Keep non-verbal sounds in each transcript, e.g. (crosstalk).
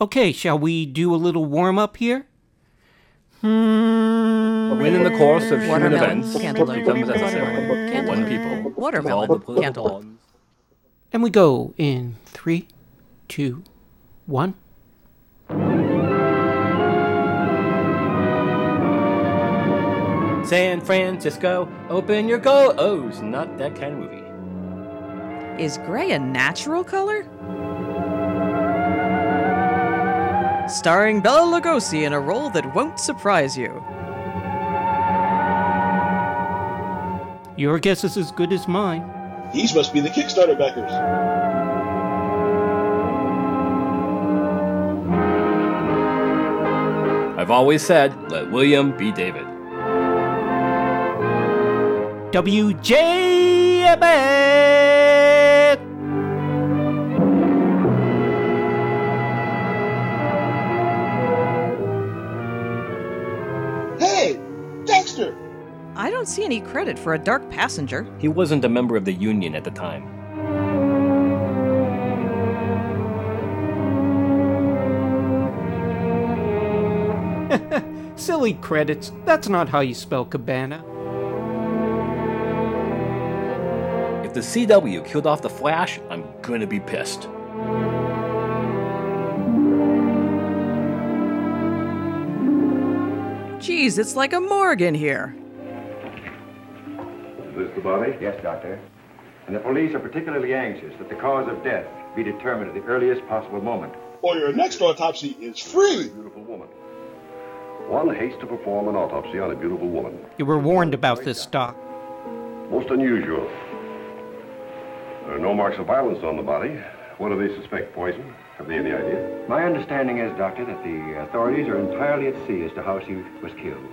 Okay, shall we do a little warm up here? A win in the course of human Watermelon events cantaloupe. becomes necessary for one Cantaloupe. people. Watermelon All the political cantaloupe. bonds. And we go in three, two, one. San Francisco, open your go. Oh, it's not that kind of movie. Is gray a natural color? Starring Bella Lugosi in a role that won't surprise you. Your guess is as good as mine. These must be the Kickstarter backers. I've always said, let William be David. WJ Abbott! Hey, Dexter! I don't see any credit for a dark passenger. He wasn't a member of the union at the time. Silly credits. That's not how you spell cabana. If the CW killed off the Flash, I'm gonna be pissed. Geez, it's like a morgue in here. Is this the body? Yes, Doctor. And the police are particularly anxious that the cause of death be determined at the earliest possible moment. Or your next autopsy is free! Beautiful woman. One hates to perform an autopsy on a beautiful woman. You were warned about this stock. Most unusual. There are no marks of violence on the body. What do they suspect? Poison? Have they any idea? My understanding is, Doctor, that the authorities are entirely at sea as to how she was killed.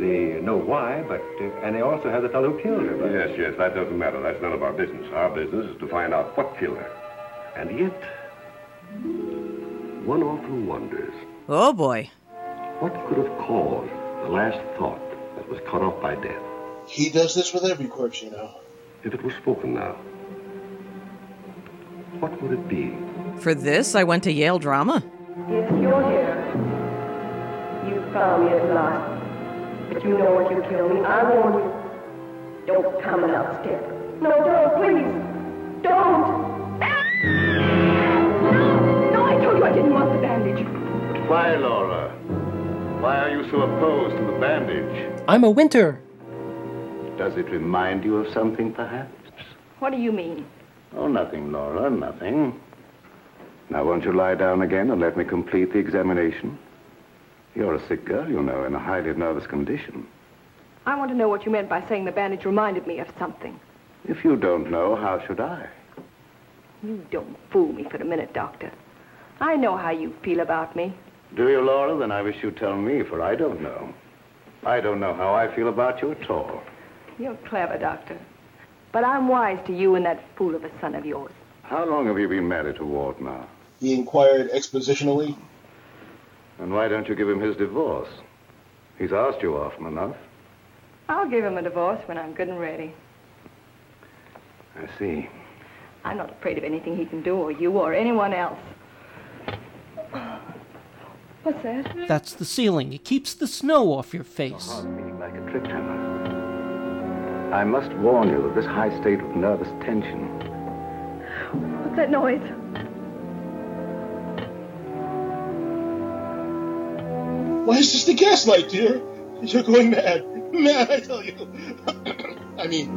They know why, but uh, and they also have the fellow who killed her. But Yes, yes, that doesn't matter. That's none of our business. Our business is to find out what killed her. And yet, one often wonders Oh boy. what could have caused the last thought that was cut off by death. He does this with every corpse, you know. If it was spoken now, what would it be? For this, I went to Yale drama. If you're here, you found me alive. But you know what you killed me. I warn you. Don't come an upstep. No, don't, please. Don't. Ah! No, no, I told you I didn't want the bandage. But why, Laura? Why are you so opposed to the bandage? I'm a winter. Does it remind you of something, perhaps? What do you mean? Oh, nothing, Laura, nothing. Now, won't you lie down again and let me complete the examination? You're a sick girl, you know, in a highly nervous condition. I want to know what you meant by saying the bandage reminded me of something. If you don't know, how should I? You don't fool me for a minute, Doctor. I know how you feel about me. Do you, Laura? Then I wish you'd tell me, for I don't know. I don't know how I feel about you at all. You're clever, Doctor. But I'm wise to you and that fool of a son of yours. How long have you been married to Ward now? He inquired expositionally. And why don't you give him his divorce? He's asked you often enough. I'll give him a divorce when I'm good and ready. I see. I'm not afraid of anything he can do, or you, or anyone else. Uh, What's that? That's the ceiling. It keeps the snow off your face. beating like a trip hammer. I must warn you of this high state of nervous tension. What's that noise? Why is this the gaslight, dear? You're going mad. Mad, I tell you. (coughs) I mean,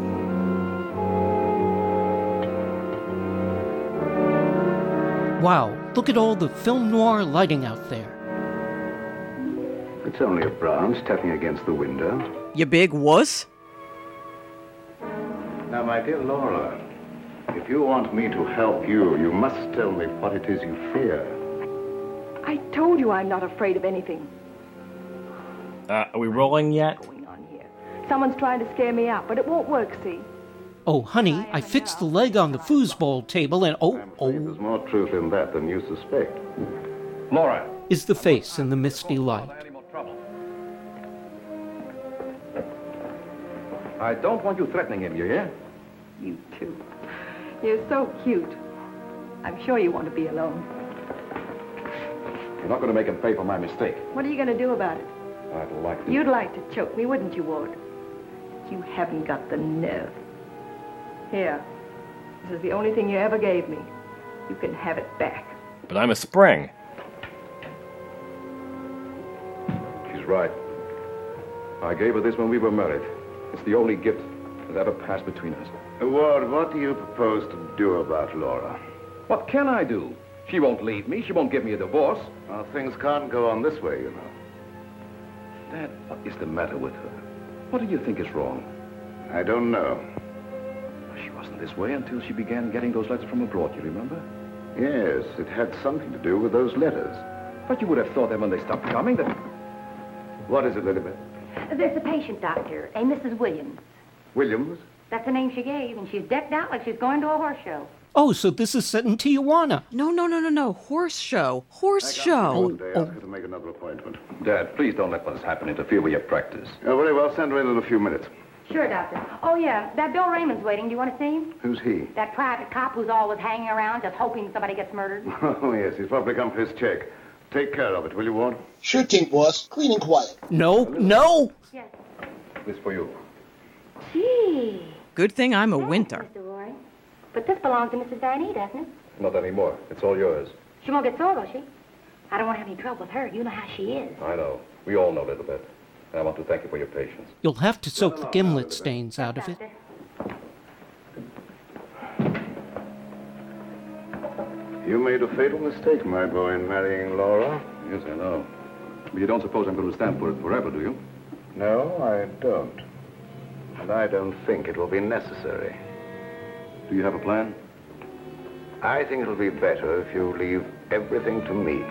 Wow, look at all the film noir lighting out there. It's only a branch tapping against the window. You big wuss? Now, my dear Laura, if you want me to help you, you must tell me what it is you fear. I told you I'm not afraid of anything Uh, are we rolling yet? going on here. Someone's trying to scare me up, but it won't work, see? Oh, honey, I fixed the leg on the foosball table and oh, I'm afraid oh, there's more truth in that than you suspect. Laura! is the face in the misty light. I don't want you threatening him, you hear? You too. You're so cute. I'm sure you want to be alone. You're not going to make him pay for my mistake. What are you going to do about it? I'd like to. You'd like to choke me, wouldn't you, Ward? You haven't got the nerve. Here. This is the only thing you ever gave me. You can have it back. But I'm a spring. She's right. I gave her this when we were married. It's the only gift that ever passed between us. Ward, what do you propose to do about Laura? What can I do? She won't leave me. She won't give me a divorce. Well, things can't go on this way, you know. Dad, what is the matter with her? What do you think is wrong? I don't know. She wasn't this way until she began getting those letters from abroad, you remember? Yes, it had something to do with those letters. But you would have thought that when they stopped coming that... What is it, Elizabeth? There's a patient doctor, a Mrs. Williams. Williams? That's the name she gave, and she's decked out like she's going to a horse show. Oh, so this is set in Tijuana. No, no, no, no, no. Horse show. Horse show. Today, ask her to make another appointment. Dad, please don't let what's happened interfere with your practice. Uh, very well, send her in in a few minutes. Sure, doctor. Oh, yeah, that Bill Raymond's waiting. Do you want to see him? Who's he? (laughs) That private cop who's always hanging around just hoping somebody gets (laughs) murdered. Oh, yes, he's probably come for his check. Take care of it, will you, Ward? Sure thing, boss. Clean and quiet. No, no. yes. This for you. Gee. Good thing I'm a winter. Mr. Roy. But this belongs to Mrs. Darnay, doesn't it? Not anymore. It's all yours. She won't get sore, will she? I don't want to have any trouble with her. You know how she is. I know. We all know, Elizabeth. And I want to thank you for your patience. You'll have to soak the gimlet stains out of it. Doctor. You made a fatal mistake, my boy, in marrying Laura. Yes, I know. But you don't suppose I'm going to stand for it forever, do you? No, I don't. And I don't think it will be necessary. Do you have a plan? I think it'll be better if you leave everything to me.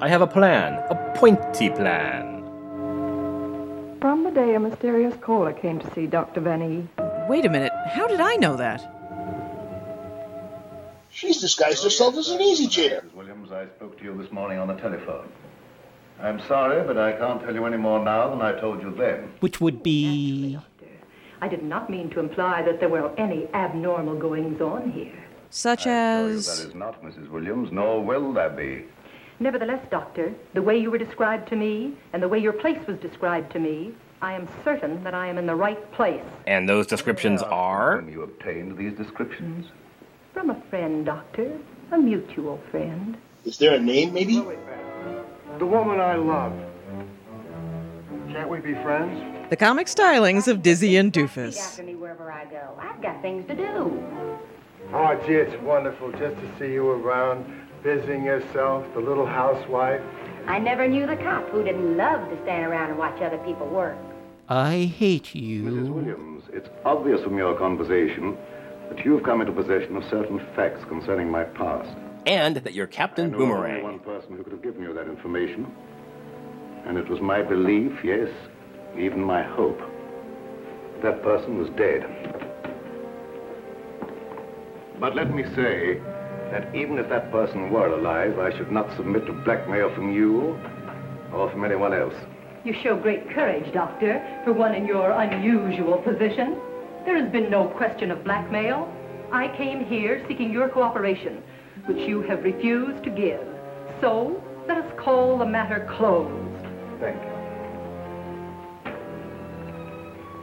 I have a plan, a pointy plan. From the day a mysterious caller came to see Dr. Van E. Wait a minute. How did I know that? She's disguised herself as an easy chair. Mrs. Williams, I spoke to you this morning on the telephone. I'm sorry, but I can't tell you any more now than I told you then. Which would be. I did not mean to imply that there were any abnormal goings on here. Such I assure you as. That is not Mrs. Williams, nor will that be. Nevertheless, Doctor, the way you were described to me and the way your place was described to me, I am certain that I am in the right place. And those descriptions are. When you obtained these descriptions, From a friend, Doctor, a mutual friend. Is there a name, maybe? The woman I love. Can't we be friends? The comic stylings of Dizzy and Feed Doofus. after me wherever I go. I've got things to do. Oh, gee, it's wonderful just to see you around, busying yourself, the little housewife. I never knew the cop who didn't love to stand around and watch other people work. I hate Mrs. you. (laughs) Williams, it's obvious from your conversation that you've come into possession of certain facts concerning my past. And that you're Captain I know of only Boomerang. one person who could have given you that information. And it was my belief, yes, even my hope. That person was dead. But let me say that even if that person were alive, I should not submit to blackmail from you or from anyone else. You show great courage, Doctor, for one in your unusual position. There has been no question of blackmail. I came here seeking your cooperation, which you have refused to give. So, let us call the matter closed. Thank you.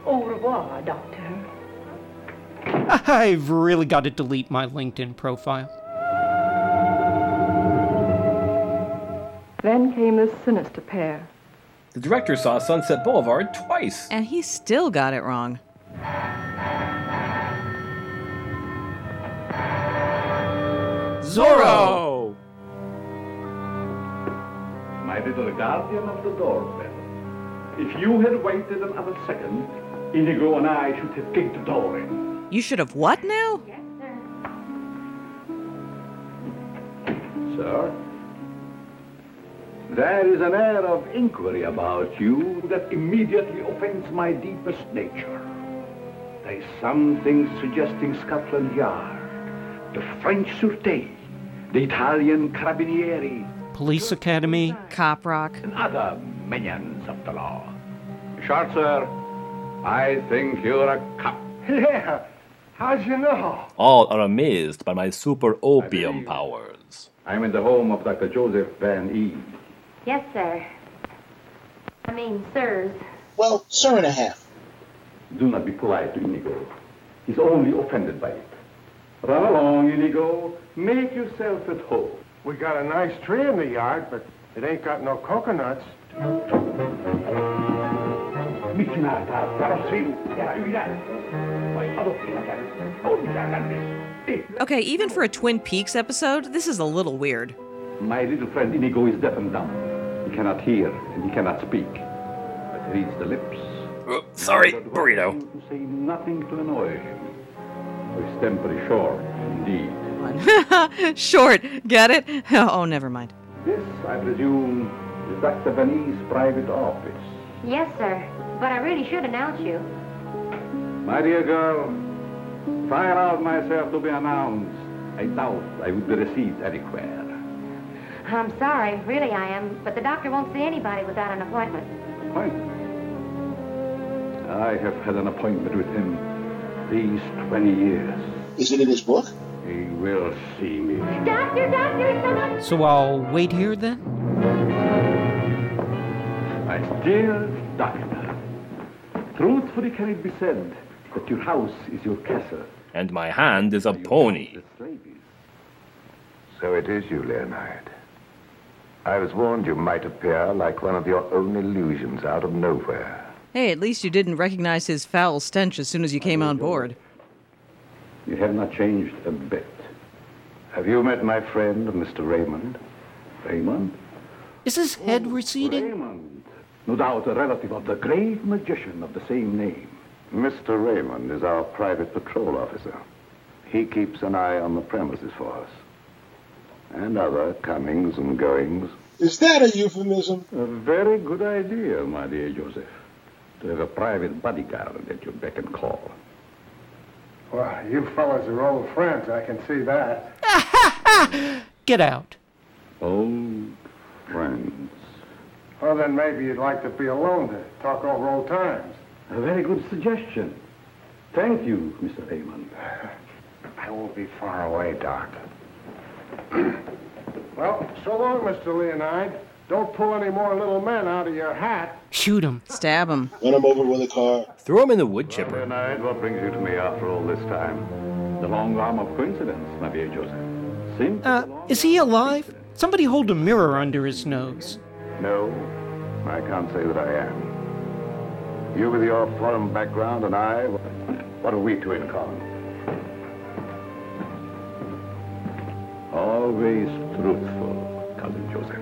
Au revoir, Doctor. I've really got to delete my LinkedIn profile. Then came this sinister pair. The director saw Sunset Boulevard twice. And he still got it wrong. Zorro! My little guardian of the doorbell. If you had waited another second, Inigo and I should have kicked the door in. You should have what now? Sir? There is an air of inquiry about you that immediately offends my deepest nature. There is something suggesting Scotland Yard, the French Sûreté, the Italian Carabinieri, Police Academy. Cop rock. and other minions of the law. Short, sir, I think you're a cop. Yeah, how'd you know? All are amazed by my super opium believe- powers. I'm in the home of Dr. Joseph Van E. Yes, sir. I mean, sirs. Well, sir and a half. Do not be polite to Inigo. He's only offended by it. Run along, Inigo. Make yourself at home. We got a nice tree in the yard, but it ain't got no coconuts. Okay, even for a Twin Peaks episode, this is a little weird. My little friend Inigo is deaf and dumb. He cannot hear and he cannot speak, but he reads the lips. Oh, sorry, burrito. To say nothing to annoy him. For his temper is short, (laughs) indeed. Short, get it? (laughs) Oh, never mind. This, I presume, is Dr. Vanny's private office. Yes, sir. But I really should announce you. My dear girl, if I allowed myself to be announced, I doubt I would be received anywhere. I'm sorry, really I am, but the doctor won't see anybody without an appointment. Appointment? I have had an appointment with him these 20 years. Is it in his book? He will see me. Doctor, doctor, it's someone. So I'll wait here then? My dear doctor, truthfully can it be said that your house is your castle? And my hand is a pony. The slave is. So it is you, Leonard. I was warned you might appear like one of your own illusions out of nowhere. Hey, at least you didn't recognize his foul stench as soon as you came on board. You have not changed a bit. Have you met my friend, Mr. Raymond? Raymond? Is his head receding? Raymond. No doubt a relative of the great magician of the same name. Mr. Raymond is our private patrol officer. He keeps an eye on the premises for us. And other comings and goings. Is that a euphemism? A very good idea, my dear Joseph, to have a private bodyguard at your beck and call. Well, you fellas are old friends, I can see that. Get out. Old friends. Well, then maybe you'd like to be alone to talk over old times. A Uh, very good suggestion. Thank you, Mr. Raymond. I won't be far away, Doc. well, so long, Mr. Leonide. Don't pull any more little men out of your hat. Shoot him. Stab him. Run him over with a car. Throw him in the wood chipper. Leonard, what brings you to me after all this time? The long arm of coincidence, my dear Joseph. Simple. Uh, is he alive? Somebody hold a mirror under his nose. No, I can't say that I am. You with your foreign background and I, what are we two in common? Always truthful, cousin Joseph.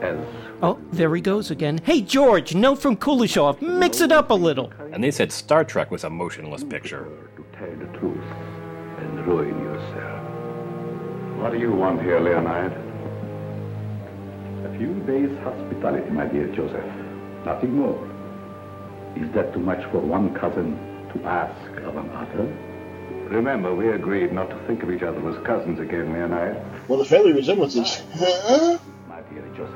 As Oh, there he goes again. Hey, George, note from Kulishov. Mix it up a little. And they said Star Trek was a motionless picture. to tell the truth and ruin yourself. What do you want here, Leonard? A few days' hospitality, my dear Joseph. Nothing more. Is that too much for one cousin to ask of another? Remember, we agreed not to think of each other as cousins again, Leonard. Well, the family resemblances. Huh? my dear Joseph.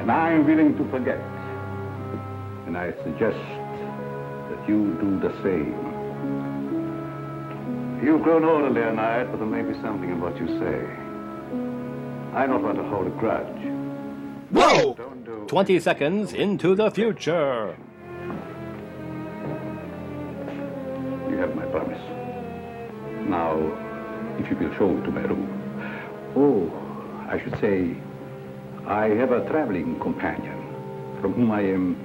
And I am willing to forget. And I suggest that you do the same. You've grown older, Leonard, but there may be something in what you say. I don't want to hold a grudge. Whoa! 20 seconds into the future. You have my promise. Now, if you will show me to my room. Oh, I should say, I have a traveling companion from whom I am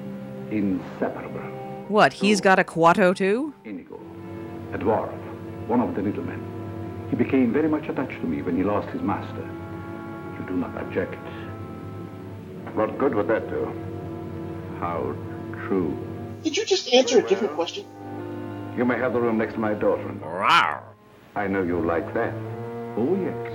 inseparable. What, he's got a Quato too? Inigo, a dwarf, one of the little men. He became very much attached to me when he lost his master. You do not object. What good would that do? How true. Did you just answer a different question? You may have the room next to my daughter. Rawr. I know you like that. Oh, yes.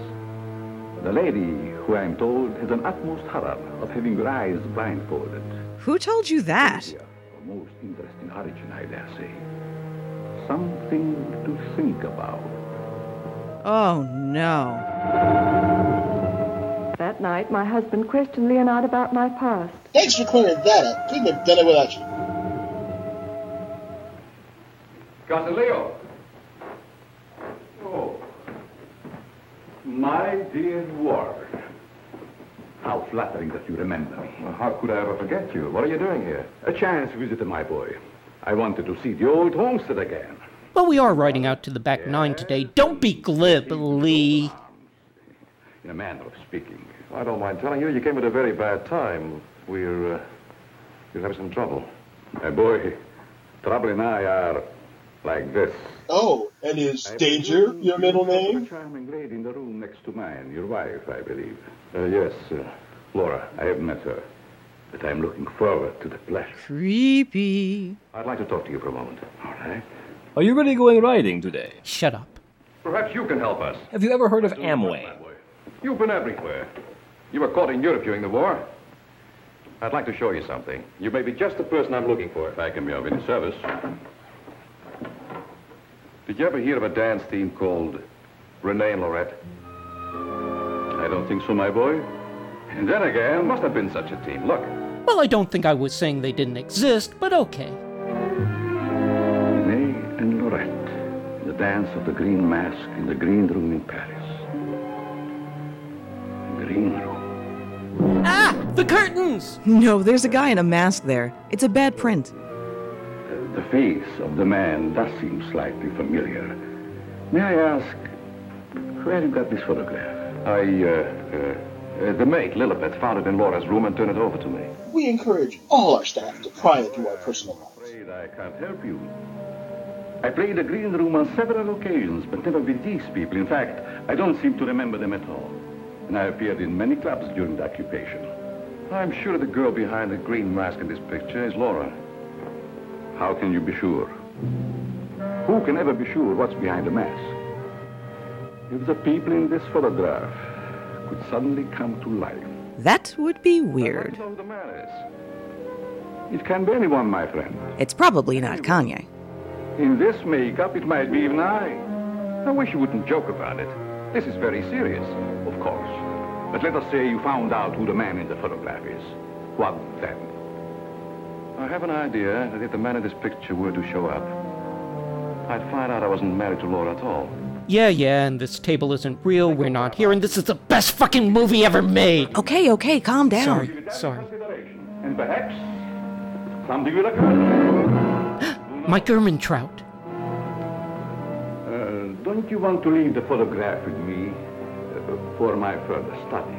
The lady, who I am told has an utmost horror of having your eyes blindfolded. Who told you that? Yeah, a most interesting origin, I dare say. Something to think about. Oh no. That night, my husband questioned Leonard about my past. Thanks for clearing that up. Couldn't have done it without you. Galileo! Oh, my dear Ward, How flattering that you remember me. Well, how could I ever forget you? What are you doing here? A chance visit, my boy. I wanted to see the old homestead again. Well, we are riding out to the back nine today. Don't be glib, Lee. In a manner of speaking. I don't mind telling you, you came at a very bad time. We're, uh, we're having some trouble. My boy, trouble and I are like this. Oh, and is Danger your middle A name? charming lady in the room next to mine, your wife, I believe. Uh, yes, uh, Laura, I have met her, but I'm looking forward to the pleasure. Creepy. I'd like to talk to you for a moment. All right. Are you really going riding today? Shut up. Perhaps you can help us. Have you ever heard of Amway? You've been everywhere. You were caught in Europe during the war. I'd like to show you something. You may be just the person I'm looking for if I can be of any service. Did you ever hear of a dance team called Renee and Lorette? I don't think so, my boy. And then again, must have been such a team. Look, Well, I don't think I was saying they didn't exist, but okay. May and Lorette, the dance of the green mask in the green room in Paris. The green room. Ah! The curtains! No, there's a guy in a mask there. It's a bad print. Uh, the face of the man does seem slightly familiar. May I ask, where you got this photograph? I, uh, uh, uh, the maid, Lilibet, found it in Laura's room and turned it over to me. We encourage all our staff to pry into our personal lives. Afraid I can't help you. I played the green room on several occasions, but never with these people. In fact, I don't seem to remember them at all. And I appeared in many clubs during the occupation. I'm sure the girl behind the green mask in this picture is Laura. How can you be sure? Who can ever be sure what's behind a mask? If the people in this photograph could suddenly come to life, That would be I'd like to weird. know who the man is. It can be anyone, my friend. It's probably not Kanye. In this makeup, it might be even I. I wish you wouldn't joke about it. This is very serious, of course. But let us say you found out who the man in the photograph is. What then? I have an idea that if the man in this picture were to show up, I'd find out I wasn't married to Laura at all. Yeah, yeah, and this table isn't real, we're not here, and this is the best fucking movie ever made! Okay, okay, calm down. Sorry, sorry. And perhaps something will occur. Mike Ermintrout. Uh, don't you want to leave the photograph with me uh, for my further study?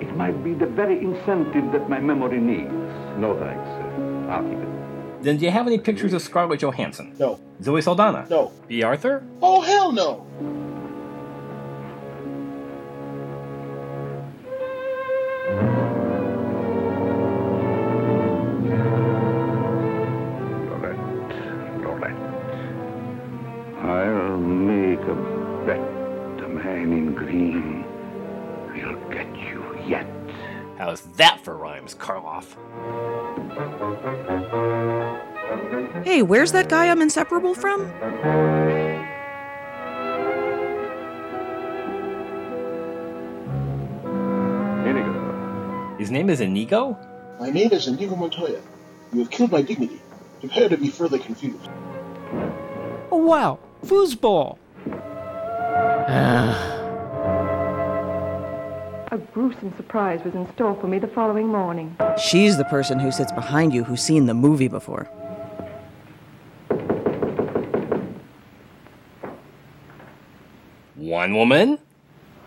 It might be the very incentive that my memory needs. No thanks. Uh, I'll keep it. Then do you have any pictures of Scarlett Johansson? No. Zoe Saldana? No. B. Arthur? Oh, hell no! Lorette, Lorette. I'll make a bet. The man in green will get you yet. How's that for rhymes, Karloff? Hey, where's that guy I'm inseparable from? Inigo. His name is Inigo? My name is Inigo Montoya. You have killed my dignity. Prepare to be further confused. Oh, wow. Foosball. Uh, A gruesome surprise was in store for me the following morning. She's the person who sits behind you who's seen the movie before. One woman?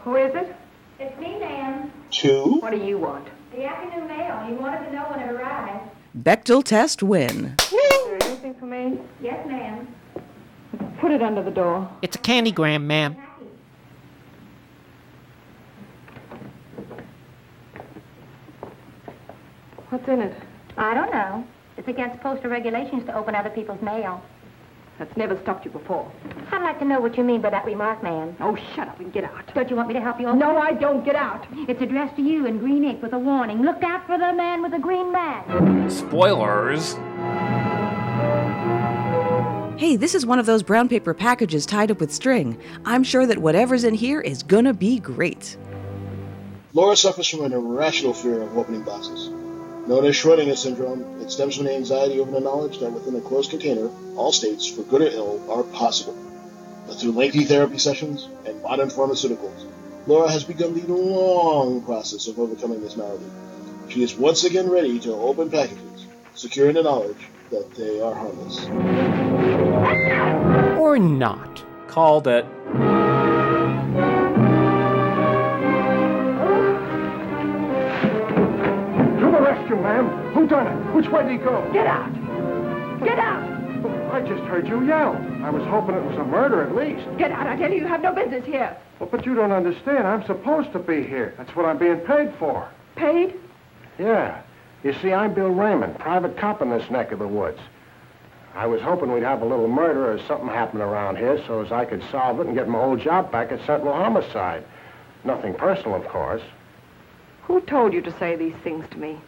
Who is it? It's me, ma'am. Two? What do you want? The afternoon mail. He wanted to know when it arrived. Bechtel test win. Anything for me? Yes, ma'am. Put it under the door. It's a candygram, ma'am. What's in it? I don't know. It's against postal regulations to open other people's mail. That's never stopped you before. I'd like to know what you mean by that remark, ma'am. Oh, shut up and get out. Don't you want me to help you open No, I don't get out. It's addressed to you in green ink with a warning. Look out for the man with the green mask. Spoilers! Hey, this is one of those brown paper packages tied up with string. I'm sure that whatever's in here is gonna be great. Laura suffers from an irrational fear of opening boxes. Known as Schrodinger syndrome, it stems from the anxiety over the knowledge that within a closed container, all states, for good or ill, are possible. But through lengthy therapy sessions and modern pharmaceuticals, Laura has begun the long process of overcoming this malady. She is once again ready to open packages, secure in the knowledge that they are harmless. Or not. Called it. To the rescue, ma'am. Who done it? Which way did he go? Oh, Get out! Get out! I just heard you yell. I was hoping it was a murder at least. Get out! I tell you, you have no business here. Well, but you don't understand. I'm supposed to be here. That's what I'm being paid for. Paid? Yeah. You see, I'm Bill Raymond, private cop in this neck of the woods. I was hoping we'd have a little murder or something happen around here so as I could solve it and get my old job back at Sentinel Homicide. Nothing personal, of course. Who told you to say these things to me?